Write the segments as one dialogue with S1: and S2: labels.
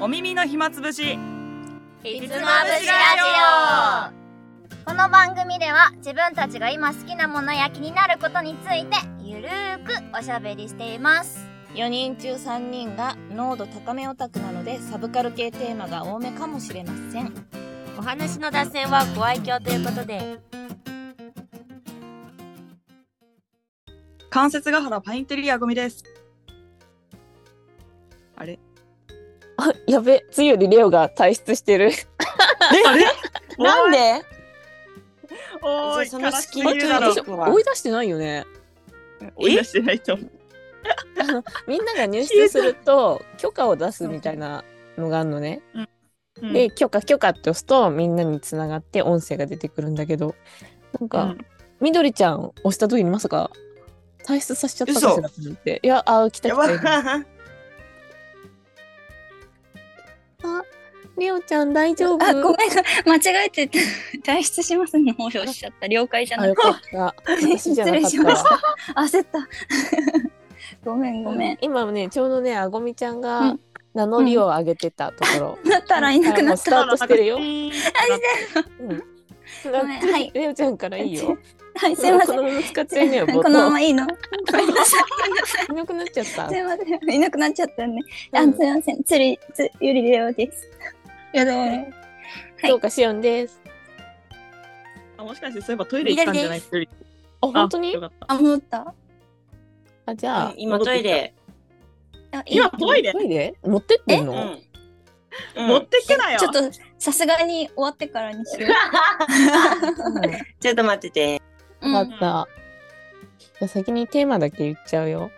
S1: お耳の暇つぶし
S2: ひ
S3: つまぶしラ
S2: この番組では自分たちが今好きなものや気になることについてゆるーくおしゃべりしています
S3: 4人中3人が濃度高めオタクなのでサブカル系テーマが多めかもしれませんお話の脱線はご愛嬌ということで
S1: 関節ヶ原パインテリア組ですあれ
S4: あやべつゆよりレオが退出してる
S1: あれ
S4: なんで
S1: おーい
S3: じゃあその
S1: 悲しす
S3: 隙
S1: ぎ
S3: に
S1: る
S3: ちょ
S1: だ
S3: っ
S1: ろ
S4: 私
S3: と
S4: 追い出してないよね
S1: 追い出してないと思う
S4: みんなが入室すると許可を出すみたいなのがあるのね、
S1: うん
S4: で許可許可って押すとみんなにつながって音声が出てくるんだけどなんか、
S1: うん
S4: みどりちゃん押した時にまさか退出させちゃったかしらと思っていやあ来た
S1: や
S4: 来
S1: ば
S4: たレオちゃん大丈夫
S5: あ、ごめんな、間違えて た退出しますの方をおっしちゃった。了解じゃ
S4: あ
S5: な
S4: よ
S5: くて
S4: かった私じゃ
S5: 失
S4: なか
S5: 礼
S4: った
S5: しました。焦った。 ごめんごめん。
S4: 今ねちょうどねあごみちゃん
S5: う
S4: が
S5: ん
S4: 名乗りを上げてたところ、
S5: なったらいなくなっ
S4: スタートしてるよ
S1: あー
S4: うん、
S5: ごめんはい
S4: レオちゃんからいいよ。
S5: た。はい、すいませ
S4: こ
S5: ん。
S4: のまま使っちゃいなよ、ボ
S5: こ
S4: ト
S5: のま
S4: ン。
S5: ま いいの。す
S4: いなくなっちゃ った。
S5: いません。いなくなっちゃったね。あ、す
S4: うん
S5: いません。つり、つ、ゆりれおです。やだやだ。はい
S4: どうかしおんです。
S1: あもしかしてそういえばトイレ行ったんじゃない一人
S4: あ、
S1: あ
S4: 本当に
S1: よかった
S5: あ、戻った。
S4: あ、じゃあ、
S3: 今トイレ
S5: あ
S1: 今トイレ
S4: トイレ持ってってん
S3: う
S4: の
S3: ん
S1: 持ってきなよ
S5: ちょっと、さすがに終わってからにしよ
S3: ちょっと待ってて
S5: う。う
S4: うん
S5: ん、
S4: わ
S5: う
S4: かった。じゃあ先にテーマだけ言っちゃうよ。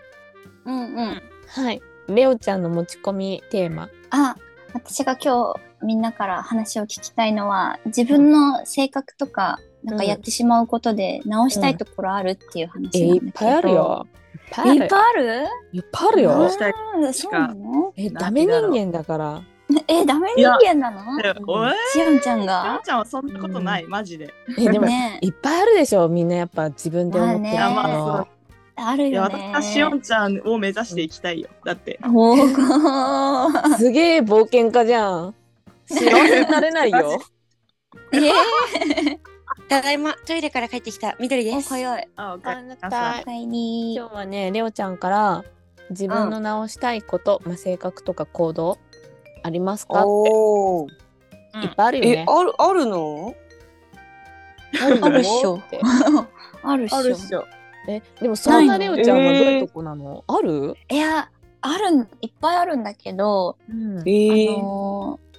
S5: ん、うん。
S4: はい。レオちゃんの持ち込みテーマ。
S5: あ、私が今日みんなから話を聞きたいのは、自分の性格とか、なんかやってしまうことで直したいところあるっていう
S4: え、
S5: 話ないんだけど、
S4: っぱいある。よ。いっぱいあ
S5: い
S4: る
S5: っぱいある
S4: いっぱいある
S1: どう
S4: よ
S1: し。たい
S5: うんそうなの
S4: え、ダメ人間だから。
S5: え、ダメ人間なの
S1: っておえ
S5: しおんちゃん
S1: あん
S5: が
S1: ちゃんはそんなことない、マジで。
S4: え、でも、
S5: ね
S4: いっぱいあるでしょ。みんなやっぱ自分で思って
S1: ま
S4: るか
S1: あね
S4: ら。
S5: ある
S1: いや、
S5: よね
S1: 私。はしおんちゃんを目指していきたいよ。だって。
S5: おー
S4: すげえ冒険家じゃん。幸せになれないよ。
S5: えー、
S3: ただいまトイレから帰ってきたみどりで
S5: お
S3: す
S5: かよい。
S1: あ、わ
S4: あなた
S5: おいに
S4: 今日はねレオちゃんから自分の直したいこと、まあ、性格とか行動ありますかって
S3: おお
S1: ー
S4: いっぱいあるよね。
S3: あるあるの
S4: あ
S5: あるっしょ
S4: って
S5: あるっし
S1: あるっ
S5: ょ。
S1: しょ。
S4: えでもそんな
S5: ない
S4: レ
S5: の
S4: オちゃんはどういうとこなの、ある、
S5: いや、あるん、いっぱいあるんだけど、
S4: うん
S3: え
S5: あのー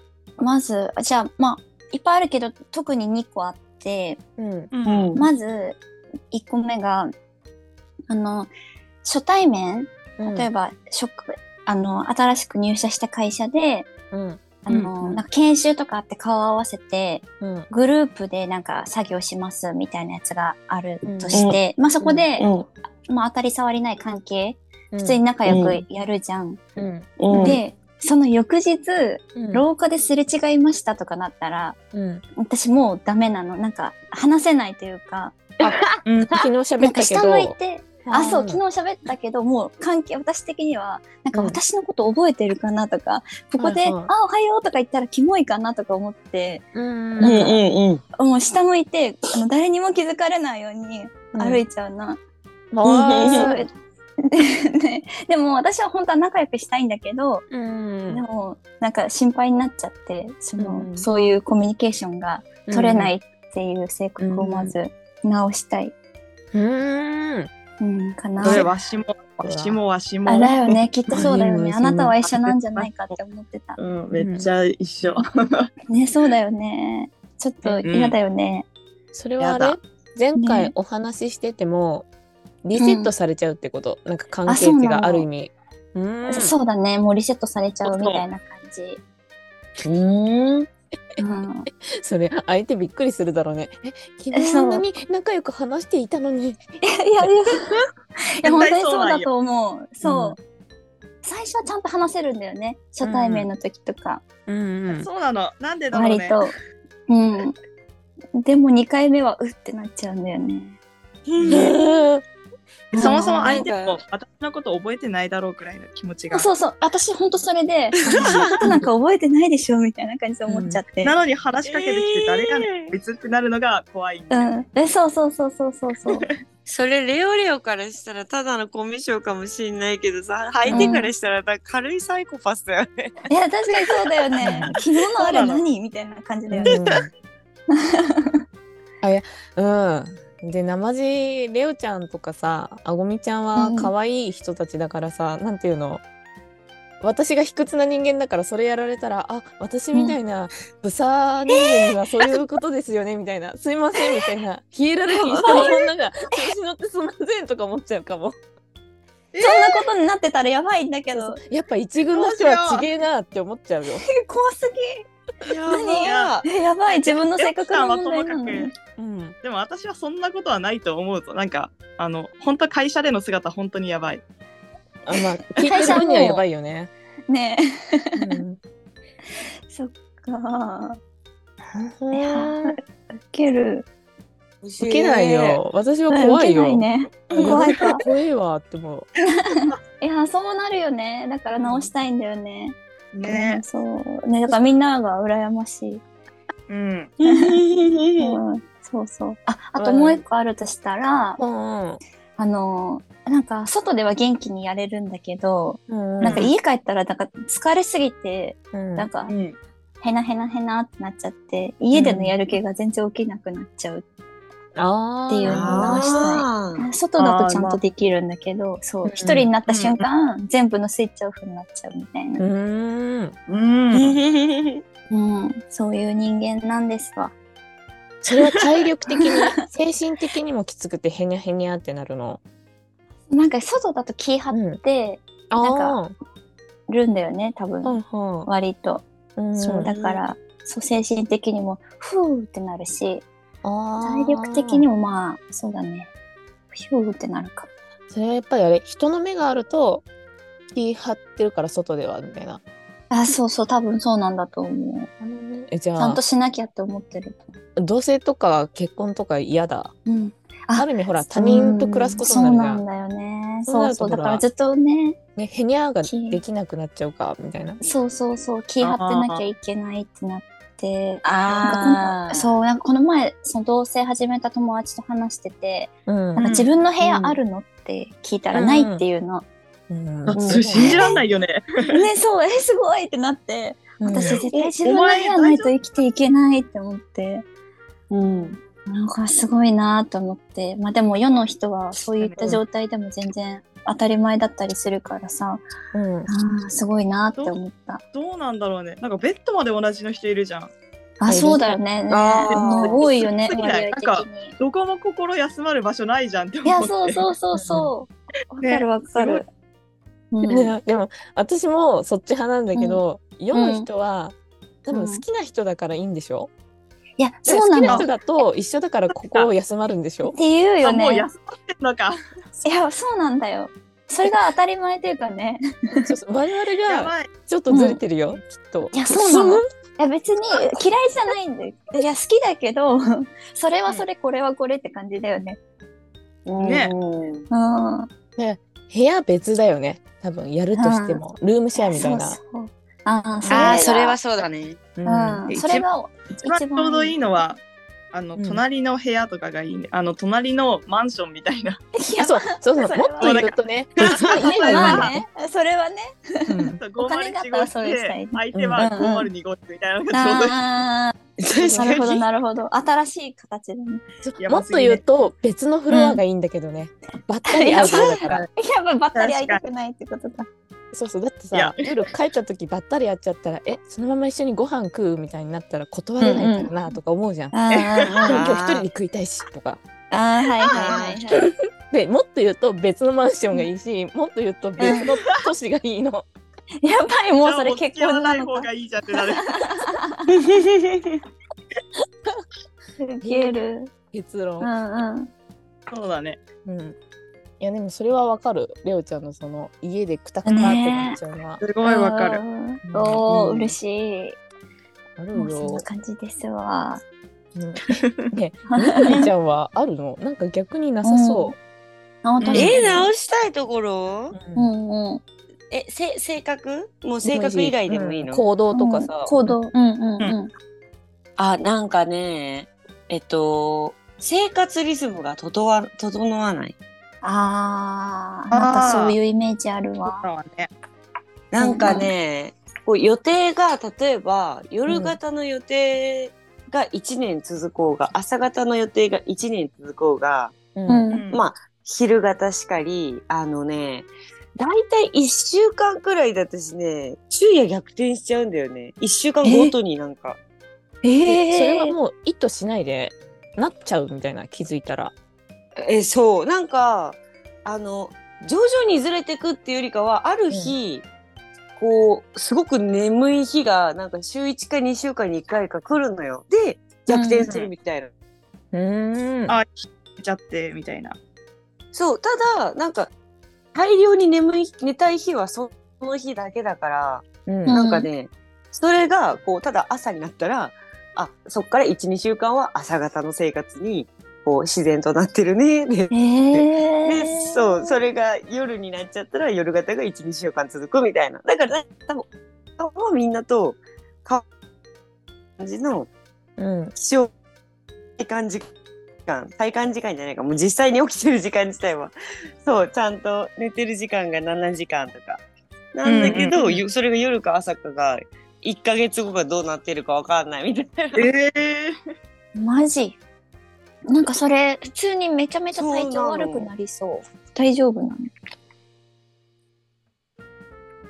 S5: まずじゃあまあいっぱいあるけど特に2個あって
S4: うん
S1: う
S3: うん
S1: ん。
S5: まず1個目があの初対面
S4: うん
S5: 例えば、職あの新しく入社した会社で
S4: うん
S5: あの、
S1: うんうん
S5: なんか研修とかあって顔を合わせて
S4: うん
S5: グループでなんか作業しますみたいなやつがあるとして、まあ、そこで、まあ、当たり障りない関係普通に仲良くやるじゃん。
S4: うん
S3: うん
S5: でその翌日
S4: うん
S5: 廊下ですれ違いましたとかなったら、
S4: うん
S5: 私もうダメなのなんか話せないというか
S4: 昨日喋
S5: な
S4: っ
S5: んか
S4: たけ
S5: 下向い
S4: ど
S5: てあそう昨
S4: 日
S5: 日喋ったけどもう関係私的にはなんか
S4: うん
S5: 私のこと覚えてるかなとか、ここで「
S4: はいはい
S5: あおはよう」とか言ったらキモいかなとか思って
S4: うん
S3: うんう
S4: うんん
S3: うん
S5: もう下向いてあの誰にも気づかれないように歩いちゃうな。それ ねでも私は本当は仲良くしたいんだけど、
S4: うん
S5: でもなんか心配になっちゃってその、
S4: うん
S5: そういうコミュニケーションが取れないいっていう性格をまず直したい、
S4: うん
S5: うん、かな。
S1: それわしも、わしも、わし
S5: あだ
S1: も。
S5: よね、きっとそうだよ
S4: うん
S5: ね。あなたは一緒なんじゃないかって思ってた。
S1: うん、めっちゃ一緒。
S5: ね、そうだよね。ちょっと嫌だよね。
S4: それはあ
S1: や
S4: れ
S1: だ
S4: 前回
S5: ね
S4: お話ししてても、リセットされちゃうってこと、なんか関
S5: あ
S4: 係
S5: そう
S4: 値
S5: なの
S4: がある意味うーん
S5: そうだね、もうリセットされちゃうみたいな感じ。
S3: うん
S5: うん、
S4: それ相手びっくりするだろうねえ昨
S5: え
S4: 日
S5: そう
S4: そんなに仲良く話していたのに
S5: い やいや、いや本当に
S1: 絶対そう
S5: そう
S1: なんよ
S5: だと思う。そう、最初はちゃんと話せるんだよね。初対面の時とか、
S4: うんう ん
S1: そうなの。なんでだろう
S5: 割
S1: ね。
S5: と。うん。でも2回目はうってなっちゃうんだよね。
S4: えー
S1: そもそも相手も私のこと覚えてないだろうくらいの気持ちが。
S5: そうそう、私ほんとそれで、私のことなんか覚えてないでしょみたいな感じで思っちゃって。
S1: なのに話しかけてきて誰かねん、別ってなるのが怖い。
S5: うん、えそうそうそうそうそうそう。
S6: それレオレオからしたらただのコミュ障かもしれないけどさ相手からしたらだ軽いサイコパスだよね。
S5: いや確かにそうだよ ね。昨日のあれ何みたいな感じだよね。
S4: あいやうんでなまじレオちゃんとかさあごみちゃんは可愛い人たちだからさ、なんていうの私が卑屈な人間だからそれやられたらあ私みたいなブサー人間にはそういうことですよねみたいな、すいませんみたいなヒエラルキー下の女が調子乗ってすいませんとか思っちゃうかも
S5: そんなことになってたらやばいんだけど、
S4: やっぱ一軍の人はちげえなって思っちゃうよ。
S5: 怖す
S6: や
S5: ばい
S6: ば
S5: ぎ。えやばい自分の性格の
S1: は
S5: 問
S1: と
S5: 題
S1: も
S5: な
S1: か
S5: のに。
S1: く、
S4: うん、
S1: でも私はそんなことはないと思うと、なんか、あの、本当会社での姿、本当にやばい。
S4: あまあ聞いてる分にはやばいよね。
S5: ね
S4: うん
S5: え、そっか。
S4: い
S5: いや
S4: や
S5: ー、ウケる。
S4: 受けない。よ。私は怖い
S5: ウケな
S4: よ。
S5: いね。
S4: うん
S5: 怖いか。
S4: 怖いわって思う。
S5: いや、そうなるよね。だから直したいんだよね。
S1: ね
S5: そう。ね、だからみんなが羨ましい。
S1: うん。
S5: うん、そうそう。あ、あともう一個あるとしたら、
S4: うん
S5: あの、なんか外では元気にやれるんだけど、
S4: うん。
S5: なんか家帰ったらなんか疲れすぎて、
S4: うん
S5: なんか
S1: うん。
S5: へなへなへなってなっちゃって、家でのやる気が全然起きなくなっちゃう。
S4: あ
S5: っていうのが
S6: あー
S5: 外だとちゃんとできるんだけど、そう、一人になった瞬間、全部のスイッチオフになっちゃうみたいな。
S4: うん。
S1: うん。
S5: うん、そういう人間なんですわ。
S4: それは体力的に、精神的にもきつくて、へにゃへにゃってなるの。
S5: なんか外だと気張って
S4: ああ。
S5: るんだよね、多分、
S4: はいは
S5: 割と。
S4: い。ん
S5: そう、だから、そう、精神的にも、ふーってなるし、
S4: あー
S5: 体力的にもまあ、そうだね、ふーってなるかも。
S4: それはやっぱりあれ、人の目があると、気張ってるから外では、みたいな。
S5: あ、そうそう、多分そうなんだと思う。
S4: え、じ
S5: ち
S4: ゃ
S5: ゃん
S4: あ
S5: と、しなきゃって思ってる。
S4: 同棲とか結婚とか嫌だ。
S5: うん。
S4: ある意味ほら、他人と暮らすことになるじゃ
S5: うんんそう。なんだよね。
S4: そうな
S5: そうそ
S4: ると
S5: う、
S4: ほら
S5: だからずっとね、
S4: ね、ヘニャーができなくなっちゃうかみたいな。
S5: そうそうそう、気張ってなきゃいけないってなって、
S6: あー
S5: そう、なんかこの前、その同棲始めた友達と話してて、
S4: うん
S5: なんか自分の部屋あるのって聞いたらないっていうの。
S4: うん
S1: あそれ信じらんないよね。
S5: ね、そう、え、すごいってなって、私
S4: うん
S5: 絶対自分の部屋ないと生きていけないって思って、
S6: うん。
S5: なんかすごいなと思って、まあでも世の人はそういった状態でも全然当たり前だったりするからさ、
S4: うん
S5: あーすごいなって思った。
S1: どうなんだろうね。なんかベッドまで同じの人いるじゃん。
S5: あ、そうだよね。
S4: あー
S5: あの多いよね、
S1: すごい
S5: 割合
S1: なん
S5: 的
S1: か
S5: に。
S1: どこも心休まる場所ないじゃんって
S5: い
S1: 思っ
S5: や、
S1: て。
S5: そうそうそうそう。わかるわかる。うん
S4: でも私もそっち派なんだけど、世の人は、多分好きな人だからいいんでしょ、
S5: いや、
S4: で
S5: そう
S4: 好
S5: な
S4: きな
S5: の。
S4: 人
S5: っ
S4: だと一緒だから心を休まるんでしょ
S5: ていう
S1: あ
S5: よ
S1: もう
S5: ね。
S1: 休まってんのか。
S5: いや、そうなんだよ。それが当たり前というかね。
S4: そうそう我々
S1: や
S4: が
S1: ばい。
S4: ちょっとずれてるよ、きっと。
S5: いや、そうなの。いや、別に嫌いじゃないんだよ。いや、好きだけど、それはそれ、これはこれって感じだよね。
S1: ね
S5: うん。
S4: 部屋別だよね多分やるとしても、ルームシェアみたいな。
S5: そうそうああ、それ
S6: あ
S5: が
S6: あそれは。そうだね。
S4: うん
S5: うん。
S1: 一番
S5: それが、
S1: 一番ちょうどいいのは。あの
S4: うん
S1: 隣の部屋とかがいいね、あの隣のマンションみたいな、
S5: い
S4: あ
S5: や、
S4: そうそうそう
S5: それ
S4: も
S5: は
S4: っと言うとね別の家がいいん
S5: まあ
S4: だよ
S5: ね、それはね。
S4: うん
S1: 501
S5: お金があったらそういうスタイ
S1: で
S5: ル
S1: 相手は502号室みたいなのがちょうどいい、
S5: ああ、なるほど、なるほど。新しい形だね。
S4: そう
S1: や
S4: も
S1: ば
S4: っ
S1: す
S4: と
S1: ぎね
S4: 言うと別のフロアがいいんだけどね、ばったり会うよだから
S5: やっぱばったり会いたくないってことか。
S4: そうそうだって
S1: い
S4: さ
S1: や
S4: 夜帰った時ばったり会っちゃったらえそのまま一緒にご飯食うみたいになったら断れないからなとか思うじゃん、
S5: ああ
S4: 今
S6: ん
S4: 日一人で食いたいしとか
S5: ああ、はいはいはいはい。
S4: でもっと言うと別のマンションがいいしもっと言うと別の都市がいいの
S5: やばい、もうそれ結婚な
S1: じゃあもう付き合わない方
S5: のか。
S1: がいいじゃんってなる
S5: 消える。
S4: 結
S5: うん
S4: 論、
S5: うん。
S1: そうだね
S4: うんいやでもそれはわかるレオちゃんのその家でくたくたってなっちゃうのは、
S1: すごいわかる
S5: るおお、嬉し
S4: あ
S5: い。
S4: る
S5: もうそん
S4: よ
S5: な、感じですわ。
S4: うん、ねみなみちゃんはあるのなんか逆になさそう、
S5: 直 したい
S6: え直したいところ
S5: う
S4: うん
S5: んうん
S6: えせ性格もう性格以外でもいいの、
S4: 行動とかさ、
S5: 行動うんうんうん
S6: あなんかねえっと生活リズムが整わ整わない
S5: ああなんかそういうイメージあるわ
S1: はね。
S6: なんかね、こう予定が例えば夜型の予定が1年続こうが、朝型の予定が1年続こうが、
S4: うん
S5: うん
S6: まあ昼型しかりあのねだいたい1週間くらいで私ね昼夜逆転しちゃうんだよね1週間ごとになんか
S4: でそれは
S5: え
S4: もう意図しないでなっちゃうみたいな気づいたら
S6: えそうなんかあの徐々にずれてくっていうよりかはある日、こうすごく眠い日がなんか週1か2週間に1回か来るのよで逆転するみたいな、
S4: うーん
S1: あちゃってみたいな。
S6: そうただなんか大量に眠い寝たい日はその日だけだから、
S4: うん
S5: うん
S6: なんかねそれがこうただ朝になったらあそっから12週間は朝方の生活にこう自然となってるねで
S5: ええ
S6: でそうそれが夜になっちゃったら夜型が12週間続くみたいなだから多分多分みんなと変わ感じの
S4: うん
S6: 気象体感時間体感時間じゃないかもう実際に起きてる時間自体はそうちゃんと寝てる時間が7時間とかなんだけ
S1: うん
S6: ど、
S1: うんうん
S6: よそれが夜か朝かが1ヶ月後がどうなってるかわかんないみたいな。
S1: ええ
S5: マジなんかそれ普通にめちゃめちゃ体調
S6: そうな
S5: 悪
S6: の
S5: くなりそう大丈夫なの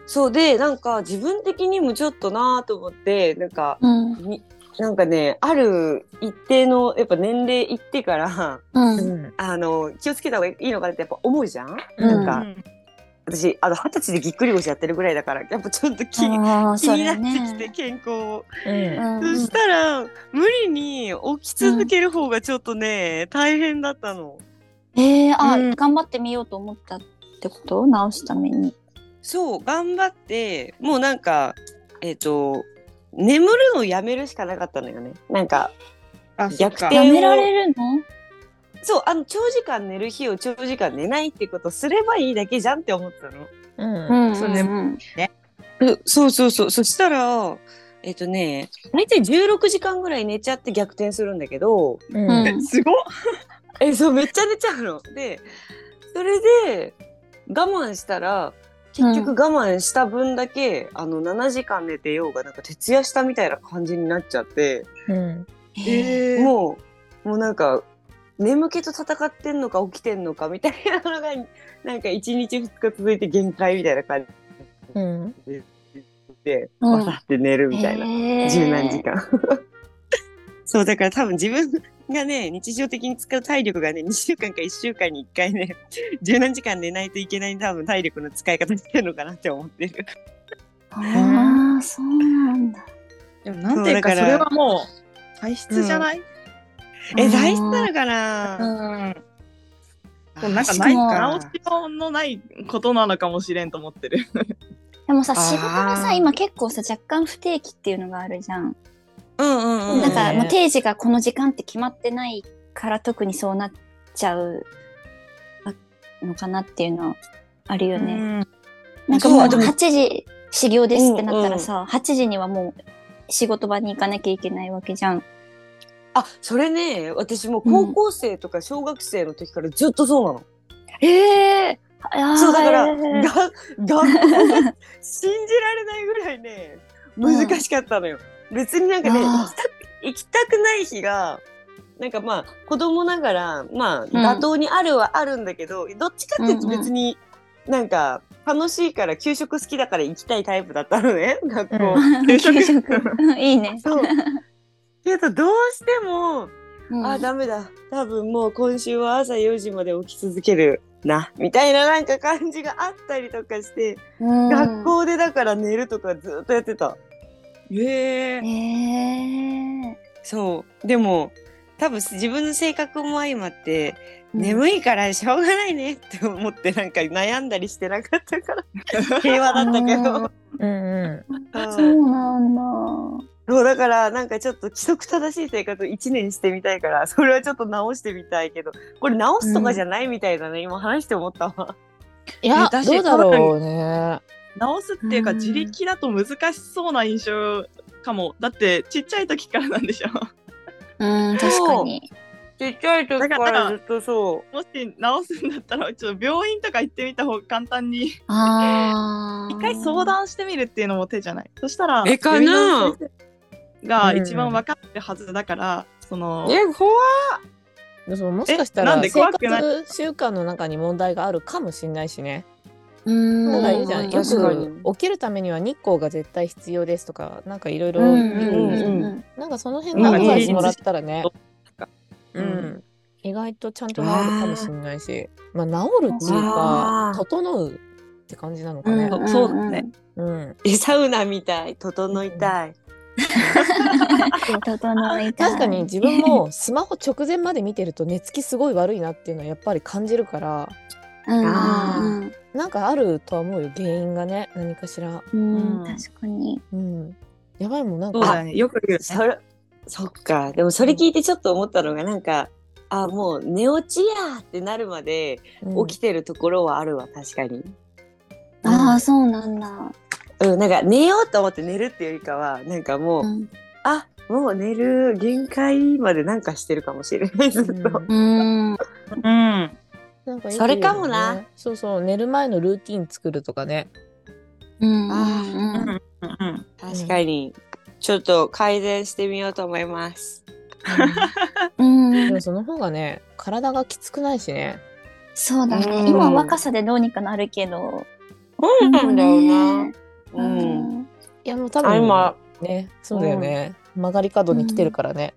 S6: そうでなんか自分的にもちょっとなーと思ってなんか
S5: うん
S6: になんかねある一定のやっぱ年齢いってから
S5: う
S4: うんん
S6: あの気をつけた方がいいのかなってやっぱ思うじゃん
S5: うん
S6: なんか私あの二十歳でぎっくり腰やってるぐらいだからやっぱちょっと 気,、
S5: ああ
S6: 気
S5: そ
S6: にな
S5: れ
S6: ってきて
S5: ね
S6: 健康を、
S4: うん
S5: うん
S6: そしたら無理に起き続ける方がちょっとね、大変だったの。
S5: ええあ
S1: うん
S5: 頑張ってみようと思ったってこと直すために
S6: そう頑張ってもうなんかえっ、と眠るのをやめるしかなかったのよね。なんか
S1: あ
S6: 逆転
S5: やめられるの
S6: そうあの長時間寝る日を長時間寝ないってことすればいいだけじゃんって思ったの。
S4: うん
S5: うん
S1: そうね
S5: ん
S6: うそうそうそうそしたらえっとね大体16時間ぐらい寝ちゃって逆転するんだけど
S4: うん
S5: うん
S1: すごっ。
S6: えそうめっちゃ寝ちゃうの。でそれで我慢したら結局我慢した分だけ、あの7時間寝てようがなんか徹夜したみたいな感じになっちゃって、
S4: うん
S1: ええ
S6: もうもうなんか眠気と戦ってんのか起きてんのかみたいなのが なんか1日2日続いて限界みたいな感
S4: うん
S6: じで、
S5: うん
S6: わさって寝るみたいな。
S5: ええ
S6: 十何時間。そうだから多分自分がね日常的に使う体力がね2週間か1週間に1回ね 十何時間寝ないといけない多分体力の使い方してるのかなって思ってる。
S5: ああそうなんだ
S1: でもなんていうか
S6: そうだから
S1: それはもう体質じゃない？
S6: え大事なのかな、
S1: ん。
S6: う
S1: なんか
S5: し
S1: な
S5: か
S1: い
S5: も
S1: 直しようのないことなのかもしれんと思ってる。
S5: でもさ仕事
S6: あ
S5: も
S6: ー
S5: さ今結構さ若干不定期っていうのがあるじゃん
S6: うんうんうん。
S5: だから、
S4: ね
S5: もう定時がこの時間って決まってないから特にそうなっちゃうのかなっていうのはあるよね。なんかもう
S6: そうでも
S5: 8時始業ですってなったらさ、8時にはもう仕事場に行かなきゃいけないわけじゃん。
S6: あそれね私もう高校生とか小学生の時からずっとそうなの。
S5: ええ
S6: そうだから、
S5: え
S6: が 学校が信じられないぐらいね難しかったのよ。別になんかね行
S5: あー
S6: きたく行きたくない日がなんかまあ子供ながらまあ妥当にあるはあるんだけど、どっちかっていうと別になんか楽しいから給食好きだから行きたいタイプだったのね学校。
S1: 給食
S5: 給食いいね。
S6: そうけどどうしても
S5: うん
S6: あダメだ多分もう今週は朝4時まで起き続けるなみたいななんか感じがあったりとかして。
S5: うん
S6: 学校でだから寝るとかずっとやってた。
S1: ええ
S5: え。え
S6: そう。でも、多分自分の性格も相まって、眠いからしょうがないねって思ってなんか悩んだりしてなか ったから平和だったけど。
S4: うんうん
S5: そうなんだ。
S6: そうだからなんかちょっと規則正しい生活を1年してみたいからそれはちょっと直してみたいけどこれ直すとかじゃないみたいだね、今話して思ったわ。
S4: いや、
S1: 私
S4: どうだろうね。
S1: 直すっていうか
S5: うん
S1: 自力だと難しそうな印象かもだってちっちゃい時からなんでしょ
S5: うん、確かに。
S6: ちっちゃい時からずっとそ
S1: もし直すんだったらちょっと病院とか行ってみた方が簡単に一
S5: ああ。
S1: 回相談してみるっていうのも手じゃないそしたら
S6: えかな
S1: 病院の先生が一番分かってるはずだから、その
S6: う。え怖っ
S4: でももしかした
S1: えなん
S4: ら
S1: で
S4: 生
S1: 怖くない
S4: 活習慣の中に問題があるかもしれないしね。
S5: うん。
S4: なんかいいじゃ。
S6: うんん
S4: よ
S6: 確かに
S4: く起きるためには日光が絶対必要ですとか、なんかいろいろ
S5: うん
S4: 言う
S5: うん
S4: で
S5: んう
S4: すよ
S5: んうん。
S4: なんかその辺のアドバイスもらったらね。
S6: う
S4: うんん。意外とちゃんと治るかもしれないし、まあ治るっていう
S6: あ
S4: か
S6: ー、
S4: 整うって感じなのかね。
S1: んそうだね。
S4: うん。
S6: えサウナみたい整いたい。
S5: 整いたい。
S4: 確かに自分もスマホ直前まで見てると寝つきすごい悪いなっていうのはやっぱり感じるから、
S5: うん。
S6: あー
S5: うん
S4: なんかあるとは思うよ、原因がね、何かしら。
S5: う
S1: う
S5: ん。
S1: ん
S5: 確かに。
S4: うん。やばいもん、なん
S1: そ
S4: か。
S1: うだよねよく言う
S6: それそっかでもそれ聞いてちょっと思ったのがなんかあもう寝落ちやってなるまで
S4: うん
S6: 起きてるところはあるわ確かに。
S5: ああ、そうなんだ。
S6: うん、なんか寝ようと思って寝るっていうよりかはなんかもう、
S5: うん。
S6: あもう寝る限界までなんかしてるかもしれないずっと。
S4: う
S5: うん。
S4: ん
S1: うん
S4: なんかよく言うよね
S6: それかもな。
S4: そうそう、寝る前のルーティン作るとかね。
S5: うん。
S6: あー
S5: うんうん
S1: うん
S6: 確かに、ちょっと改善してみようと思います。
S5: うん
S4: でもその方がね、体がきつくないしね。
S5: そうだ
S6: うん
S5: ね。今は若さでどうにかなるけど。
S6: そうなんだよな。
S5: う
S6: うん。
S5: ん。
S4: いや、もう多
S6: あ
S4: 分、
S6: 今
S4: ね、そうだよね。曲がり角に来てるからね。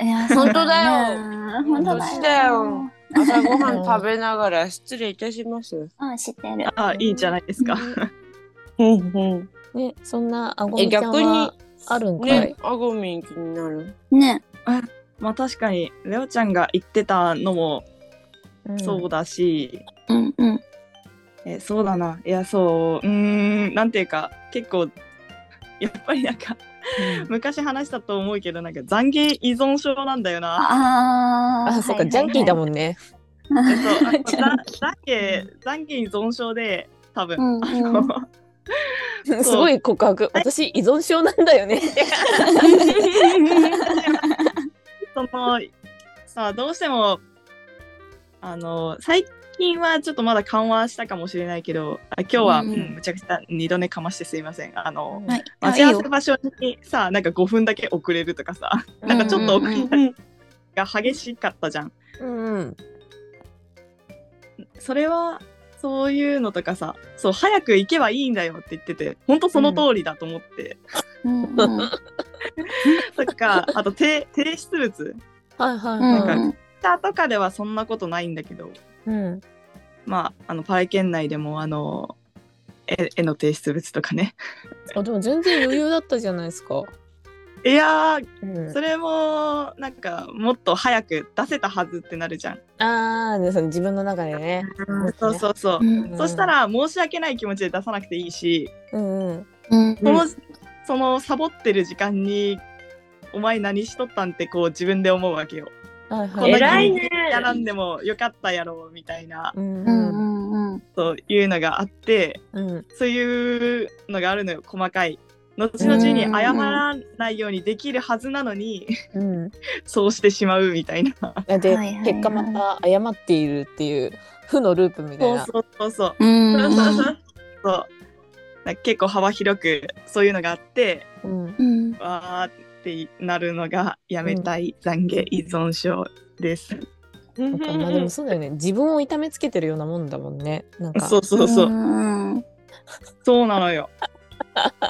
S5: いや、
S6: 本当だよ
S5: よ。本当
S6: 本当
S5: だ
S6: だ
S5: よ
S6: よ。朝ごはん食べながら失礼いたします。
S5: うん、知ってる。
S1: あいいんじゃないですか、
S6: うんうん。
S4: ね、そんな、あご
S6: え
S4: みちゃん
S6: 逆に
S4: はあるんかい、
S6: ね、あごみん気になる。
S5: ね。
S1: まあ確かにレオちゃんが言ってたのも
S4: うん
S1: そうだし、
S5: うんうん。
S1: えーそうだないやそううーんなんていうか結構やっぱりなんか昔話したと思うけどなんか懺悔依存症なんだよな。
S5: ああ。
S4: あ、そっか、ジャンキーだもんね。
S1: えっとあ
S5: 懺
S1: ざ懺悔懺悔依存症で多分、
S5: うんうん
S1: あ のそう
S4: すごい告白。私、依存症なんだよね。
S1: そのさあどうしてもあの最近はちょっとまだ緩和したかもしれないけどあ今日は、
S5: うん
S1: うんむちゃくちゃ二度寝かましてすいませんあの
S5: はい。あ
S1: 待ち合わせ場所にさなんか5分だけ遅れるとかさなんかちょっと
S5: うんうんうん
S1: が激しかったじゃん。
S4: うん。
S1: それはそういうのとかさそう早く行けばいいんだよって言ってて本当その通りだと思って、
S5: うんうん
S1: とかあと提提出物
S4: はいはい
S5: うん
S1: な
S4: は
S1: んたとかではそんなことないんだけど
S4: い。うん。
S1: まああのパイ圏内でもあの絵絵の提出物とかね
S4: あ、でも全然余裕だったじゃないですか。
S1: いやー
S4: うん
S1: それもなんかもっと早く出せたはずってなるじゃん、
S4: ああ、でその自分の中でね。
S1: そうそうそう、
S5: うん
S1: そした、ら申し訳ない気持ちで出さなくていいし、
S4: うんうん、
S5: うん
S1: そのそのサボってる時間にお前何しとったんってこう自分で思うわけよ。
S4: はいはい。
S1: こんな
S6: 偉
S1: 気
S6: い
S1: に
S6: ね。
S1: やらんでもよかったやろうみたいな
S4: うん
S5: う
S4: うん
S5: んうん
S1: そういうのがあって
S4: うん
S1: そういうのがあるのよ細かい。後々に謝らないようにできるはずなのに
S4: うん
S1: そうしてしまうみたいな。
S4: で、
S5: はいはいはい
S4: 結果また謝っているっていう負のループみたい
S1: そう
S4: な。
S1: そうそうそう。
S5: うん
S1: そううんそうそうそうなんか結構幅広くそういうのがあって
S4: うん
S5: うん
S1: わーってなるのがやめたい懺悔依存症です。
S4: なん かまあでもそうだよね自分を痛めつけてるようなもんだもんねなんか
S1: そうそうそう。
S5: うん
S1: そうなのよ。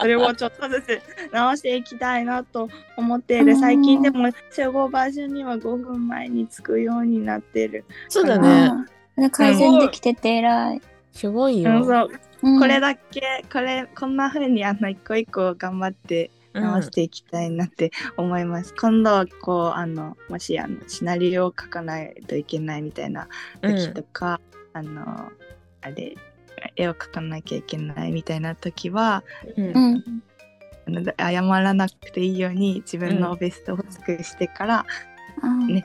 S1: それをちょっとずつ直していきたいなと思っている。最近でも集合場所には5分前に着くようになってる。
S4: そうだね
S5: あー改善できてて偉い。
S4: すごい
S1: うん
S4: よ、
S1: そう
S5: うん
S1: これだけこれこんな風にあの一個一個頑張って
S4: うん
S1: 直していきたいなって思います。今度はこうあのもしあのシナリオを書かないといけないみたいな時とか、あのあれ絵を描かなきゃいけないみたいな時は
S4: うん
S5: うん
S1: ので謝らなくていいように自分のベストを尽くしてから
S5: うん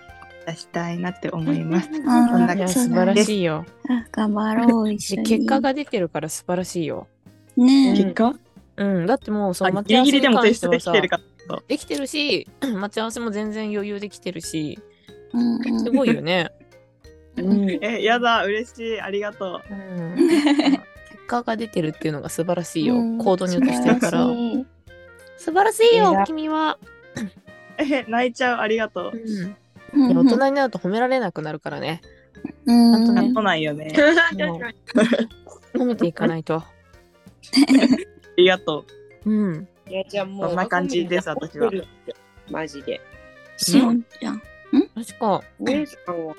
S1: 出したいなって思います。
S5: あ
S1: そんな
S5: ー
S4: いや
S5: そう
S4: 素
S5: だ
S4: 晴
S5: ね
S4: らしいよ。
S5: あ頑張ろう一緒
S4: で
S5: に
S4: 結果が出てるから素晴らしいよ。
S5: ねえ
S1: 結果、
S4: うん、だってもうその
S1: あ
S4: 待
S1: ギ
S4: ち
S1: リ
S4: 合わ
S1: ギリ
S4: せに
S1: でも
S4: 関
S1: 提
S4: して
S1: 出で
S4: はさ
S1: きてるか
S4: できてるし待ち合わせも全然余裕できてるし
S5: うん
S4: す
S5: う
S4: ごいよね。
S6: うん
S1: えやだ嬉しいありがと
S4: う
S5: ん
S4: ん結果が出てるっていうのが素晴らしいよ、
S5: うん
S4: 行動に移してるから
S5: 素晴しい
S4: 素晴らしい
S6: い
S4: よ
S6: や
S4: 君は、
S1: うえ泣いちゃうありがとう。
S4: うん
S5: うん
S4: いや大人になると褒められなくなるからね
S5: うん
S4: ちゃんとね
S1: 泣かないよね。
S4: もう褒めていかないと
S1: ありがと
S4: うん
S6: いやじゃあもう
S1: そんな感じです私は。
S6: マジで。
S5: しおんちゃん
S4: 確か
S6: 姉さんは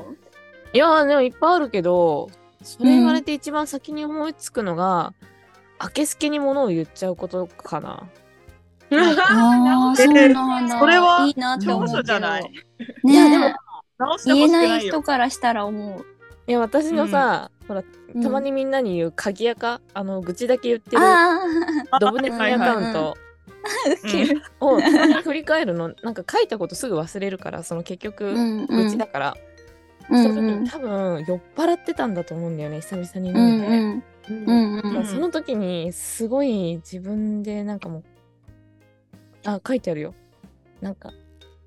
S6: い
S4: やーでもいっぱいあるけどそれ言われて一番先に思いつくのが、明けすけに物を言っちゃうことかな
S5: ああそうなんだ
S1: それはい
S5: いなっ
S1: う。
S5: て思
S1: 長
S5: う
S1: 所じゃない。
S5: ね
S4: いやでも
S1: 直してほ
S5: 言え
S1: しく
S5: な
S1: ないいよ
S5: 人。からしたら思う
S4: いや私のさ、ほら
S5: うん
S4: たまにみんなに言う鍵アカあの愚痴だけ言ってる
S5: あ
S4: ドブネズミアカウン
S5: あ
S4: ト
S5: ウケる
S4: をたまに振り返るのなんか書いたことすぐ忘れるからその結
S5: う
S4: 局
S5: んう
S4: 愚
S5: ん
S4: 痴だから、
S5: うん
S4: そうの時
S5: ん
S4: に多分酔っ払ってたんだと思うんだよね久々に
S5: う
S4: 飲んで、
S5: んうんう
S4: だから
S5: ん
S4: その時にすごい自分でなんかもうあ書いてあるよなんか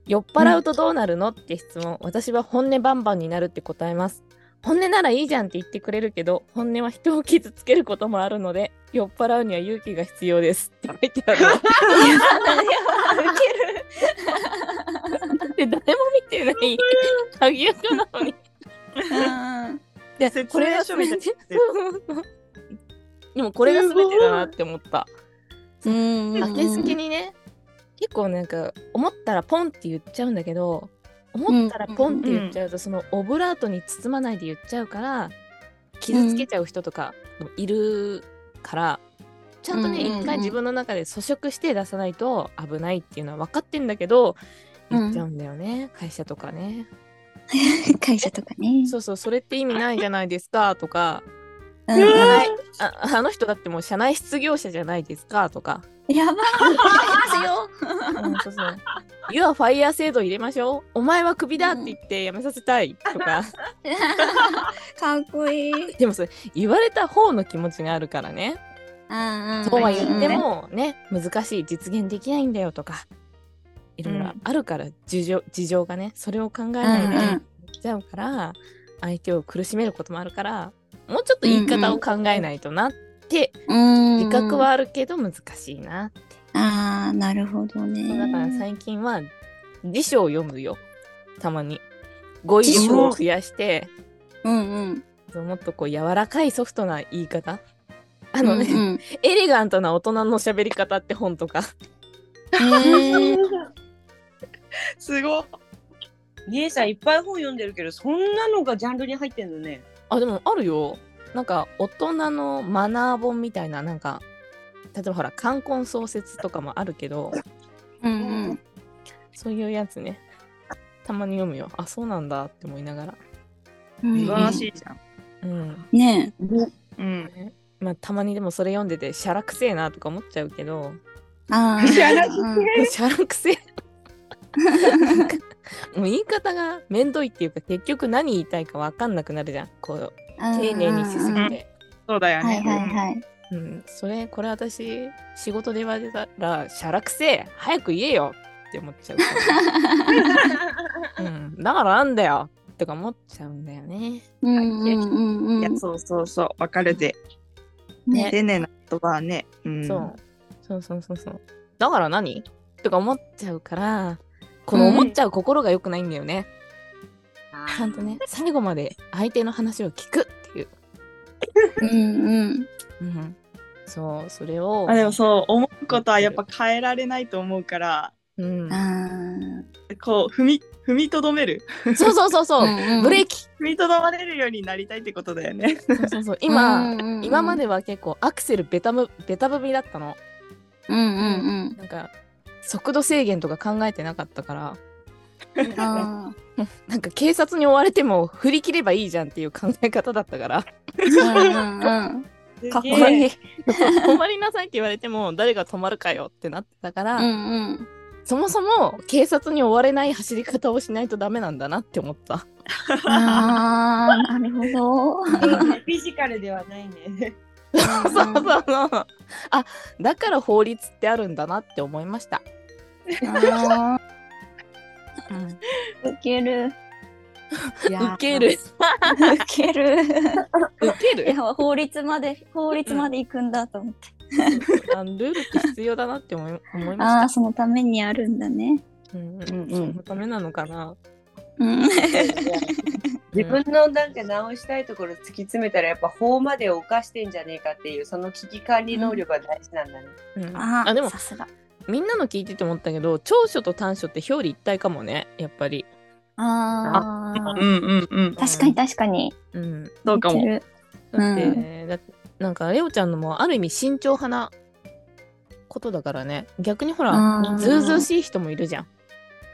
S4: 酔っ払うとどうなるのって質問私は本音バンバンになるって答えます本音ならいいじゃんって言ってくれるけど本音は人を傷つけることもあるので酔っ払うには勇気が必要ですって書いてあ るので誰も見てない鍵役なのにで
S1: 説明書みたいになってる
S4: そう でもこれが全てだなって思った
S5: うん
S4: 負けすきにね結構なんか思ったらポンって言っちゃうんだけど思ったらポンって言っちゃうとそのオブラートに包まないで言っちゃうから傷つけちゃう人とかもいるからちゃんとね
S5: うんうんうん
S4: 一回自分の中で咀嚼して出さないと危ないっていうのは分かってんだけど言っちゃうんだよね会社とかね
S5: 会社とかね
S4: そうそうそれって意味ないじゃないですかとか
S5: うん
S4: 社内ああの人だってもう社内失業者じゃないですかとか
S5: やばい
S4: うんそうそう。You are fire 制度入れましょう。お前はクビだって言って辞めさせたいとか。
S5: かっこいい
S4: でもそれ言われた方の気持ちがあるからね。そうは言ってもね、難しい実現できないんだよとか。いろいろあるから事情事情がねそれを考えないで言っちゃうから、相手を苦しめることもあるからもうちょっと言い方を考えないとなって、
S5: 自
S4: 自覚はあるけど難しいな、
S5: ああなるほど
S4: そうだから
S5: ね
S4: 最近は辞書を読むよたまに語彙力を増やして
S5: うんうん
S4: もっとこう柔らかいソフトな言い方あのね、
S5: うんうん
S4: エレガントな大人の喋り方って本と
S5: へ
S4: か
S5: え
S1: すごい。
S6: 姉さんいっぱい本読んでるけどそんなのがジャンルに入ってんのね。
S4: あでもあるよなんか大人のマナー本みたいななんか例えばほら冠婚創設とかもあるけど
S5: うんうん
S4: そういうやつねたまに読むよあそうなんだって思いながら
S5: うん
S1: 素晴らしいじゃん。
S4: うん
S5: ね
S1: うん。
S4: まあたまにでもそれ読んでてしゃらくせえなとか思っちゃうけど
S5: えああ
S6: 知らない
S4: しゃらくせえもう言い方がめんどいっていうか結局何言いたいかわかんなくなるじゃんこう丁寧にしすぎて、
S1: そうだよ
S5: はい
S1: ね。
S5: はいはい
S4: うん、それこれ私仕事で言われたら「しゃらくせえ早く言えよ」って思っちゃうから、 うん、だからなんだよとか思っちゃうんだよね
S5: うんうんうん
S1: い
S5: うん
S1: やそうそうそう分かるで。
S5: ね
S1: 丁寧な言葉はね。うん
S4: そうそうそうそうそうだから何とか思っちゃうからこの思っちゃう心が良くないんだよね、ちゃんとね最後まで相手の話を聞くっていう、
S5: うんうん
S4: うん、そうそれを
S1: あでもそう思うことはやっぱ変えられないと思うから
S4: うん、
S5: あ
S1: こう踏み踏みとどめる
S4: そうそうそうそう、
S5: あ
S4: ブレーキ
S1: 踏みとどまれるようになりたいってことだよね。
S4: そうそうそう今、今ま
S5: で
S4: では結構アクセルベタムベタ踏みだったの
S5: うんうん
S4: なんか速度制限とか考えてなかったから
S5: うんあ
S4: なんか警察に追われても振り切ればいいじゃんっていう考え方だったから
S5: ーうんうんうんかっこいい。
S4: 止まりなさいって言われても誰が止まるかよってなってたから、
S5: うん
S4: そもそも警察に追われない走り方をしないとダメなんだなって思った。
S5: うん。ああ、なるほ ど。
S7: フィジカルではないね。
S4: そうそうそう。あだから法律ってあるんだなって思いました。
S5: あーウケる。
S4: 受ける。
S5: ウケる。
S4: 受け
S5: い
S4: る
S5: や、法律まで、法律まで行くんだと思って。
S4: あのルールって必要だなって思い思い
S5: あ
S4: ま
S5: あ、
S4: し
S5: そのためにあるんだね。
S4: た。うんう
S7: うん
S4: ん
S7: うん
S4: そのためなのかな。
S5: うん。
S6: 自分のなんか直したいところ突き詰めたらやっぱ法まで犯してんじゃねえかっていうその危機管理能力が大事なんだね。
S4: うん
S5: あ
S4: あでも
S5: さすが。
S4: みんなの聞いてて思ったけど長所と短所って表裏一体かもねやっぱり。
S5: ああ
S1: う。んうんうん。
S5: 確かに確かに。
S4: うん。
S1: そうか
S5: 似
S1: も
S5: て。る
S4: だって、だってなんかレオちゃんのもある意味慎重派なことだからね逆にほら
S5: うん
S4: ずうずうしい人もいるじゃん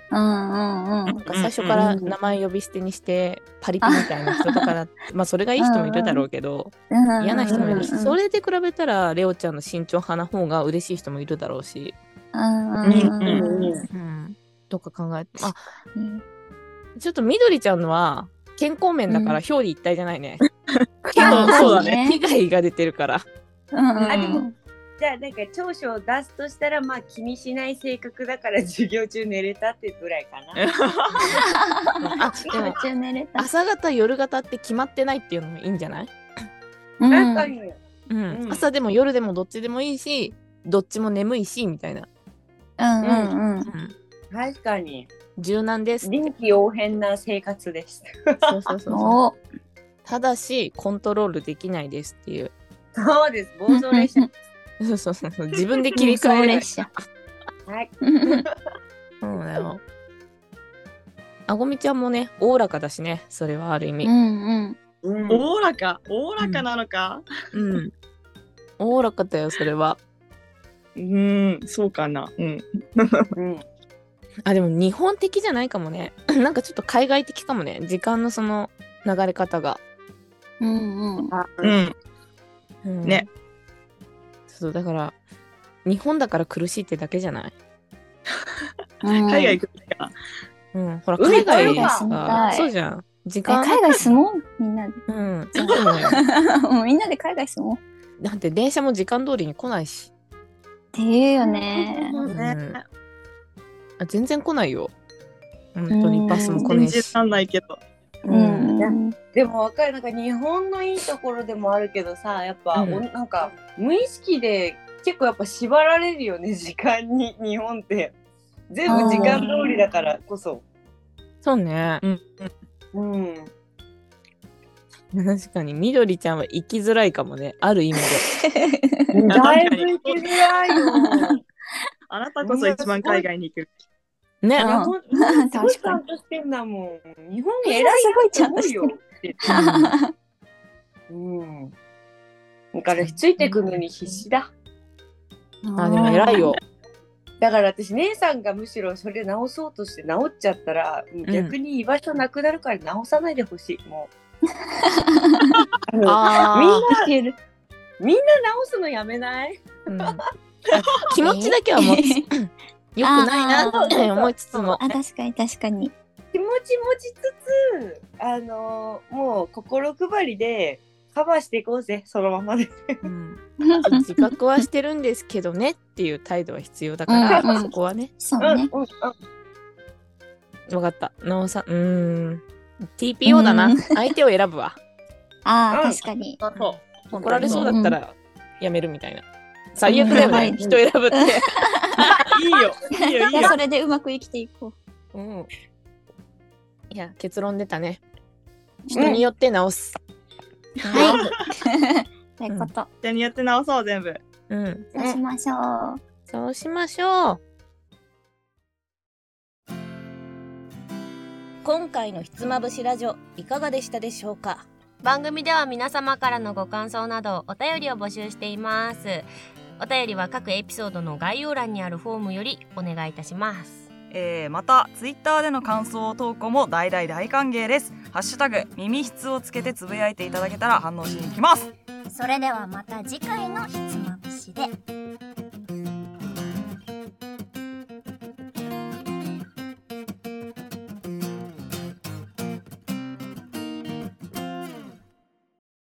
S5: うんうんうん
S4: なん。か最初から名前呼び捨てにしてパリピみたいな人とかだまあそれがいい人もいるだろうけど
S5: うん
S4: 嫌な人もいるし
S5: うん
S4: それで比べたらレオちゃんの慎重派な方が嬉しい人もいるだろうし、
S5: うん
S1: うん
S5: うん
S4: うん、とか考えてあ
S5: うん
S4: ちょっとみどりちゃんのは健康面だから表裏一体じゃない ね、け
S5: あ
S4: ど
S5: ー
S4: そう
S5: そ
S4: だ
S5: うね
S4: ね被害が出てるから
S5: うん
S6: あでもじゃあなんか長所を出すとしたらまあ気にしない性格だから授業中寝れたってぐらいかな。
S4: あで も
S5: 中寝れた。
S4: 朝方夜型って決まってないっていうのもいいんじゃない、
S6: なんかに
S4: うん
S6: うん
S4: 朝でも夜でもどっちでもいいしどっちも眠いしみたいな、
S5: うんうんうん。
S6: 確かに
S4: 柔軟です
S6: 臨機応変な生活です。
S4: そうそうそうそう
S5: おー
S4: ただしコントロールできないですっていう
S6: そうです暴走列 車。
S4: そうそうそうそう自分で切り
S5: 暴
S4: 替え
S5: 走
S4: れない
S5: 列車
S6: はい。
S4: そうだよあごみちゃんもねおおらかだしねそれはある意味
S5: うんうん。
S6: うん
S1: おおらか、おおらかなのか。
S4: うんおおらかだよそれは
S1: うん、そうかな。うん。
S6: うん
S4: あでも日本的じゃないかもね なんかちょっと海外的かもね時間のその流れ方が
S5: うんうん。
S1: うん。
S4: うん
S1: ね。
S4: そうだから日本だから苦しいってだけじゃない。
S1: 海外
S5: 海
S1: 行くから。
S4: うん、ほら
S6: 海
S4: 海
S5: 海
S4: 外
S6: 外
S5: 外住みたい
S4: そうじゃん。時間。
S5: 海外住もうみんなで。
S4: うん。そうだよ
S5: もうみんなで海外住もう。っ
S4: だって電車も時間通りに来ないし。
S5: ていうよね。
S1: そうね。
S4: あ全然来ないよ。本当に
S5: うん
S4: バスも来な
S1: 全
S4: い
S1: 然
S4: し。
S1: なんないけど。
S5: う。ん。
S6: でもわかるなんか日本のいいところでもあるけどさやっぱ、
S4: うん
S6: おなんか無意識で結構やっぱ縛られるよね 時間に日本って全部時間通りだからこそ
S4: そうね。
S6: うん
S4: 確かにみどりちゃんは生きづらいかもね。ある意味で。
S6: だいぶ行きづらいよ
S1: あなたこそ一番海外に行く。
S5: う。
S4: ね
S5: ん
S6: 日本すごい
S5: 確
S6: ち
S5: か
S6: ゃ
S5: に
S6: んとしてんだもん日本に偉い
S5: すごいちゃんと
S6: す
S5: して
S6: ごいよ
S5: る。
S6: うんだからついてくのに必死だ
S4: あでも偉いよ。
S6: だから私姉さんがむしろそれ直そうとして直っちゃったら、逆に居場所なくなるから直さないでほしいも うあのみん
S4: あ
S6: な
S5: ける。
S6: みんな直すのやめない
S4: あ、うんあ気持ちだけは持つ。よ くないなって思いつつも。
S5: あ、確かに確かに。
S6: 気持ち持ちつつあのもう心配りでカバーしていこうぜそのままで
S4: うん自覚はしてるんですけどねっていう態度は必要だから、
S5: うんうん
S4: そこはね
S5: そうね。
S6: うん
S4: 分かった直さうーん TPO だな、
S5: うん
S4: 相手を選ぶわ
S5: ああ、確かに。
S1: そう
S4: 怒られそう
S5: だ
S4: だったらやめるみたいな、最悪だよね、
S5: うん
S4: 人選ぶって、
S1: いいよ。いいよ。いい
S5: じゃ
S1: よ
S5: あ。それでうまく生きていこ
S4: うん、いや結論出たね人によって直す、
S5: う。はい。ということ。
S1: 人にやって直そう全部。
S4: うん
S5: そうしましょう。
S4: そうしましょう
S3: 今回のひつまぶしラジオいかがでしたでしょうか
S8: 番組では皆様からのご感想などお便りを募集していますお便りは各エピソードの概要欄にあるフォームよりお願いいたします
S9: えーまたツイッターでの感想投稿も大大大歓迎ですハッシュタグ耳質をつけてつぶやいていただけたら反応しに行きます
S2: それではまた次回のひつまぶしで